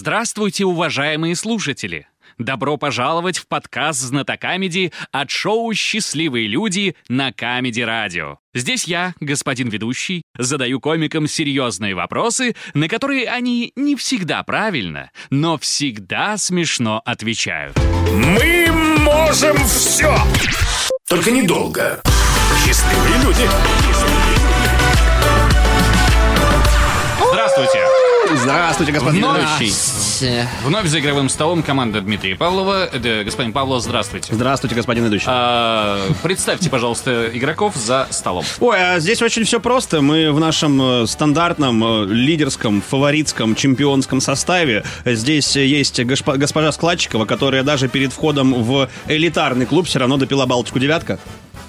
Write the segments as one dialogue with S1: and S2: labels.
S1: Здравствуйте, уважаемые слушатели! Добро пожаловать в подкаст «Знатокамеди» от шоу «Счастливые люди» на Камеди Радио. Здесь я, господин ведущий, задаю комикам серьезные вопросы, на которые они не всегда правильно, но всегда смешно отвечают.
S2: Мы можем все! Только недолго. Счастливые люди.
S1: Здравствуйте!
S3: Здравствуйте, господин
S1: Вновь.
S3: ведущий.
S4: э,
S1: Вновь за игровым столом команда Дмитрия Павлова. Э, да, господин Павлов, здравствуйте.
S3: Здравствуйте, господин ведущий.
S1: А, представьте, пожалуйста, игроков за столом.
S3: Ой, а здесь очень все просто. Мы в нашем э, стандартном э, лидерском, фаворитском, чемпионском составе. Здесь э, есть гошпо- госпожа Складчикова, которая даже перед входом в элитарный клуб все равно допила Балтику девятка.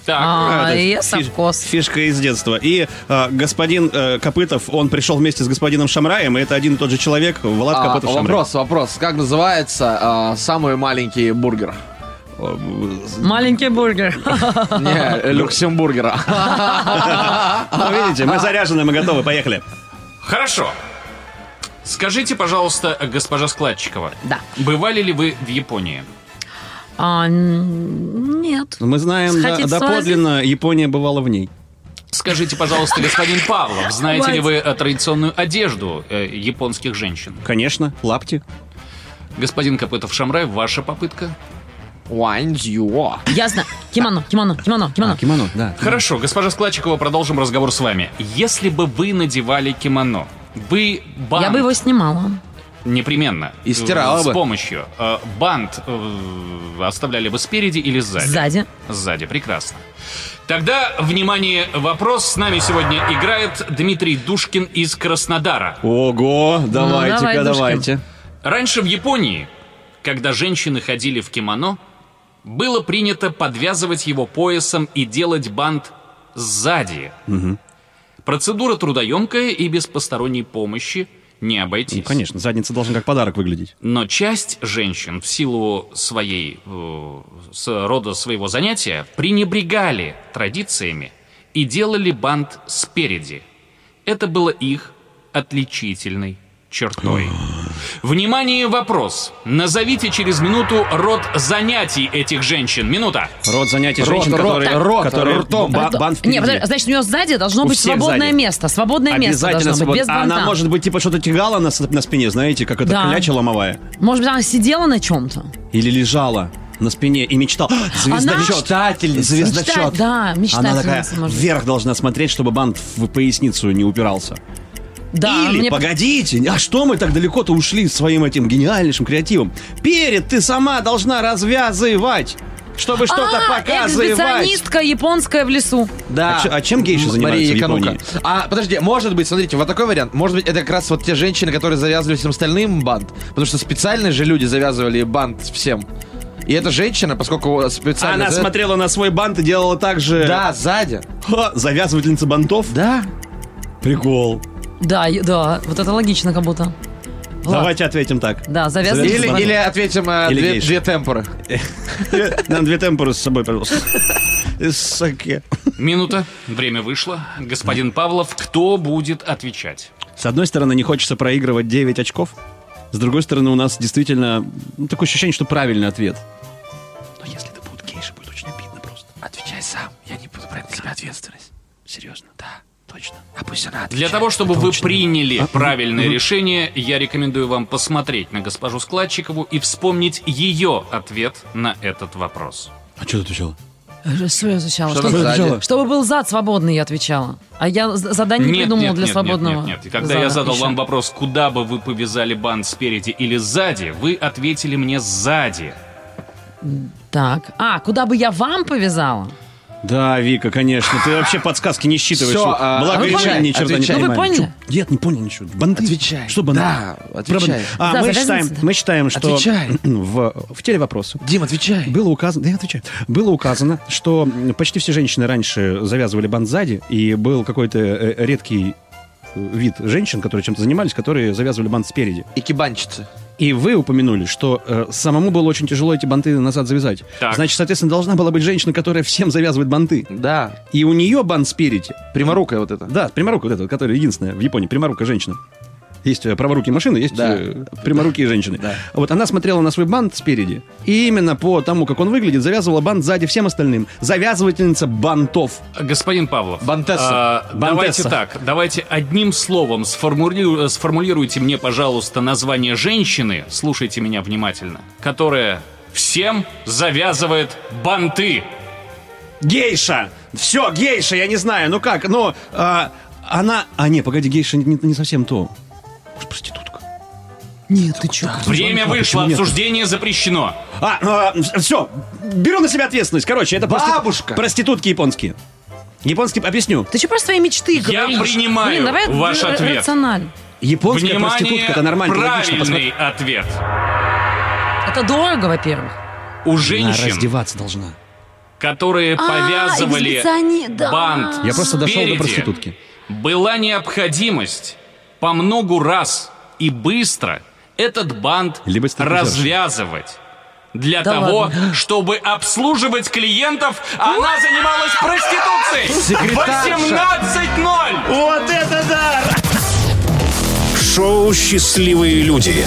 S1: Так,
S4: А,
S3: Это
S4: и я
S3: фиш-
S4: совхоз.
S3: Фишка из детства. И э, господин э, Копытов, он пришел вместе с господином Шамраем, и это один и тот же человек, Влад
S5: А,
S3: Копытов Шамрай.
S5: вопрос, вопрос. Как называется а, самый маленький бургер?
S4: Маленький бургер.
S5: Не, люксембургера.
S3: Ну, видите, мы заряжены, мы готовы, поехали.
S1: хорошо. Скажите, пожалуйста, э, госпожа Складчикова,
S4: Да.
S1: бывали ли вы в Японии?
S4: А, н- нет.
S3: Мы знаем
S4: Хотите
S3: да- доподлинно, Япония бывала в ней.
S1: Скажите, пожалуйста, господин Павлов, знаете ли вы э, традиционную одежду э, японских женщин?
S3: Конечно, лапти.
S1: Господин Копытов Шамрай, ваша попытка?
S5: Уайнзюо.
S3: А
S4: Я знаю. Кимоно, кимоно, кимоно, кимоно.
S3: Кимоно, да.
S1: Хорошо, госпожа Складчикова, продолжим разговор с вами. Если бы вы надевали кимоно, вы бант
S4: Я бы его снимала.
S1: непременно
S5: И стирала
S1: э, с
S5: бы.
S1: помощью э, бант э, оставляли бы спереди или сзади?
S4: Сзади.
S1: Сзади, прекрасно. Тогда, внимание, вопрос. С нами сегодня играет Дмитрий Душкин из Краснодара.
S3: Ого,
S4: Ну, давай,
S3: давайте-ка,
S4: душка.
S3: давайте.
S1: Раньше в Японии, когда женщины ходили в кимоно, было принято подвязывать его поясом и делать бант сзади. Процедура трудоемкая и без посторонней помощи не обойтись.
S3: Ну, конечно, задница должна как подарок выглядеть.
S1: Но часть женщин в силу своей э, с- рода своего занятия пренебрегали традициями и делали бант спереди. Это было их отличительной чертой. Внимание, вопрос. Назовите через минуту род занятий этих женщин. Минута.
S3: Род занятий
S5: Рот,
S3: женщин,
S5: рот,
S3: которые,
S5: рот,
S3: которые
S5: ртом.
S3: ба-
S4: Рто-
S3: бант впереди.
S4: Не, подожди, значит, у него сзади должно
S3: У
S4: быть
S3: всех
S4: свободное
S3: сзади.
S4: место. Свободное место
S3: Обязательно
S4: должно быть, без
S3: свободно. А
S4: банта.
S3: она может быть типа что-то тягала на, с- на спине, знаете, как это
S4: Да.
S3: кляча ломовая.
S4: Может быть, она сидела на чем-то?
S3: Или лежала на спине и мечтала. «А, Звездочет.
S5: Мечтательница.
S3: Звездочет.
S4: Мечтать, да,
S3: Она
S4: мечтательница,
S3: такая
S4: может быть.
S3: вверх должна смотреть, чтобы бант в поясницу не упирался.
S4: Да,
S3: Или,
S4: мне-
S3: погодите, а что мы так далеко-то ушли своим этим гениальнейшим креативом? Перед ты сама должна развязывать, чтобы что-то
S4: А,
S3: показывать.
S4: эксгибиционистка японская в лесу.
S5: Да.
S3: А чё- а чем гейши
S5: М-
S3: занимаются в
S5: Яконука.
S3: Японии?
S5: А, подожди, может быть, смотрите, вот такой вариант. Может быть, это как раз вот те женщины, которые завязывали всем остальным бант. Потому что специально же люди завязывали бант всем. И эта женщина, поскольку специально...
S3: Она
S5: за-
S3: смотрела на свой бант и делала так же.
S5: Да, сзади.
S3: Ха, завязывательница бантов?
S5: Да.
S3: Прикол.
S4: Да, и- да, вот это логично как будто. Влад.
S3: Давайте ответим так.
S4: Да, завязывать.
S3: Завязывать
S5: Или,
S3: бант.
S5: или ответим э,
S3: Или
S5: две,
S3: гейши.
S5: две темпоры.
S3: Э, Нам две темпоры с собой, Э, пожалуйста. Из саке.
S1: Минута. Время вышло. Господин Павлов, кто будет отвечать?
S3: С одной стороны, не хочется проигрывать 9 очков. С другой стороны, у нас действительно ну, такое ощущение, что правильный ответ. Но если это будут гейши, будет очень обидно просто.
S5: Отвечай сам. Я не буду брать на себя ответственность.
S3: Серьезно? Да. Точно.
S5: А пусть она
S1: Для того, чтобы вы
S4: А,
S1: приняли правильное решение, я рекомендую вам посмотреть на госпожу Складчикову и вспомнить ее ответ на этот вопрос.
S3: А что ты отвечала?
S4: Что Э, я изучала?
S5: Что
S4: Что-
S5: сзади?
S3: отвечала?
S4: Чтобы был зад свободный, я отвечала. А я з- задание не придумала для свободного.
S1: Нет, нет, нет. И когда
S4: зада
S1: я задал
S4: еще.
S1: вам вопрос, куда бы вы повязали бант спереди или сзади, вы ответили мне сзади.
S4: Так. А, куда бы я вам повязала?
S3: Да, Вика, конечно. Ты вообще подсказки не считываешь.
S5: Всё, а,
S3: Благо,
S4: а вы
S3: я
S4: поняли?
S3: ни черта не
S5: Отвечай.
S4: Ну, вы
S3: понимаю.
S4: поняли?
S3: Чё? Нет, не понял ничего. Банды.
S5: Отвечай.
S3: Что банды?
S5: Да,
S3: Про банды.
S5: отвечай.
S3: А,
S4: Да,
S3: мы,
S4: завязывается,
S3: считаем,
S4: да.
S3: мы считаем, что
S5: Отвечай.
S3: в, в телевопросу
S5: Дим, отвечай.
S3: Было указано, да я отвечаю, было указано, что почти все женщины раньше завязывали бант сзади, и был какой-то э, редкий э, вид женщин, которые чем-то занимались, которые завязывали бант спереди.
S5: И кибанчицы.
S3: И вы упомянули, что э, самому было очень тяжело эти банты назад завязать.
S1: Так.
S3: Значит, соответственно, должна была быть женщина, которая всем завязывает банты.
S5: Да.
S3: И у нее бант спереди.
S5: Пряморукая вот это.
S3: Да, пряморукая вот эта, которая единственная в Японии, пряморукая женщина. Есть э, праворукие машины, есть
S5: Да.
S3: э, пряморукие женщины. Вот она смотрела на свой бант спереди. И именно по тому, как он выглядит, завязывала бант сзади всем остальным. Завязывательница бантов.
S1: Господин Павлов,
S5: Бантесса.
S1: а, давайте
S3: Бантесса.
S1: так, давайте одним словом сформулиру- сформулируйте мне, пожалуйста, название женщины, слушайте меня внимательно, которая всем завязывает банты.
S3: Гейша! Все, гейша, я не знаю, ну как, но а, она... А, не, погоди, гейша не, не совсем то. Может, проститутка?
S4: Нет, ты чё?
S1: Время вышло, обсуждение запрещено.
S3: А, все, беру на себя ответственность. Короче, это прости-
S5: Бабушка!
S3: проститутки японские. Японские, объясню.
S4: Ты что про свои мечты говоришь?
S1: принимаю
S4: Блин, давай
S1: ваш
S4: р- р-
S1: ответ.
S4: рационально.
S3: Японская
S1: Внимание,
S3: проститутка, это нормально, логично. посмотри.
S1: правильный ответ.
S4: Это дорого, во-первых.
S1: У
S3: Она
S1: женщин,
S3: раздеваться должна.
S1: которые
S4: А,
S1: повязывали
S4: экзибициони- да.
S1: бант
S3: Я просто дошел
S1: спереди,
S3: до проститутки.
S1: Была необходимость по многу раз и быстро этот бант
S3: Либо стриптизерша.
S1: развязывать. Для
S4: Да
S1: того,
S4: ладно?
S1: чтобы обслуживать клиентов, а она занималась проституцией.
S5: Секретарша.
S1: 18.0!
S2: Шоу «Счастливые люди».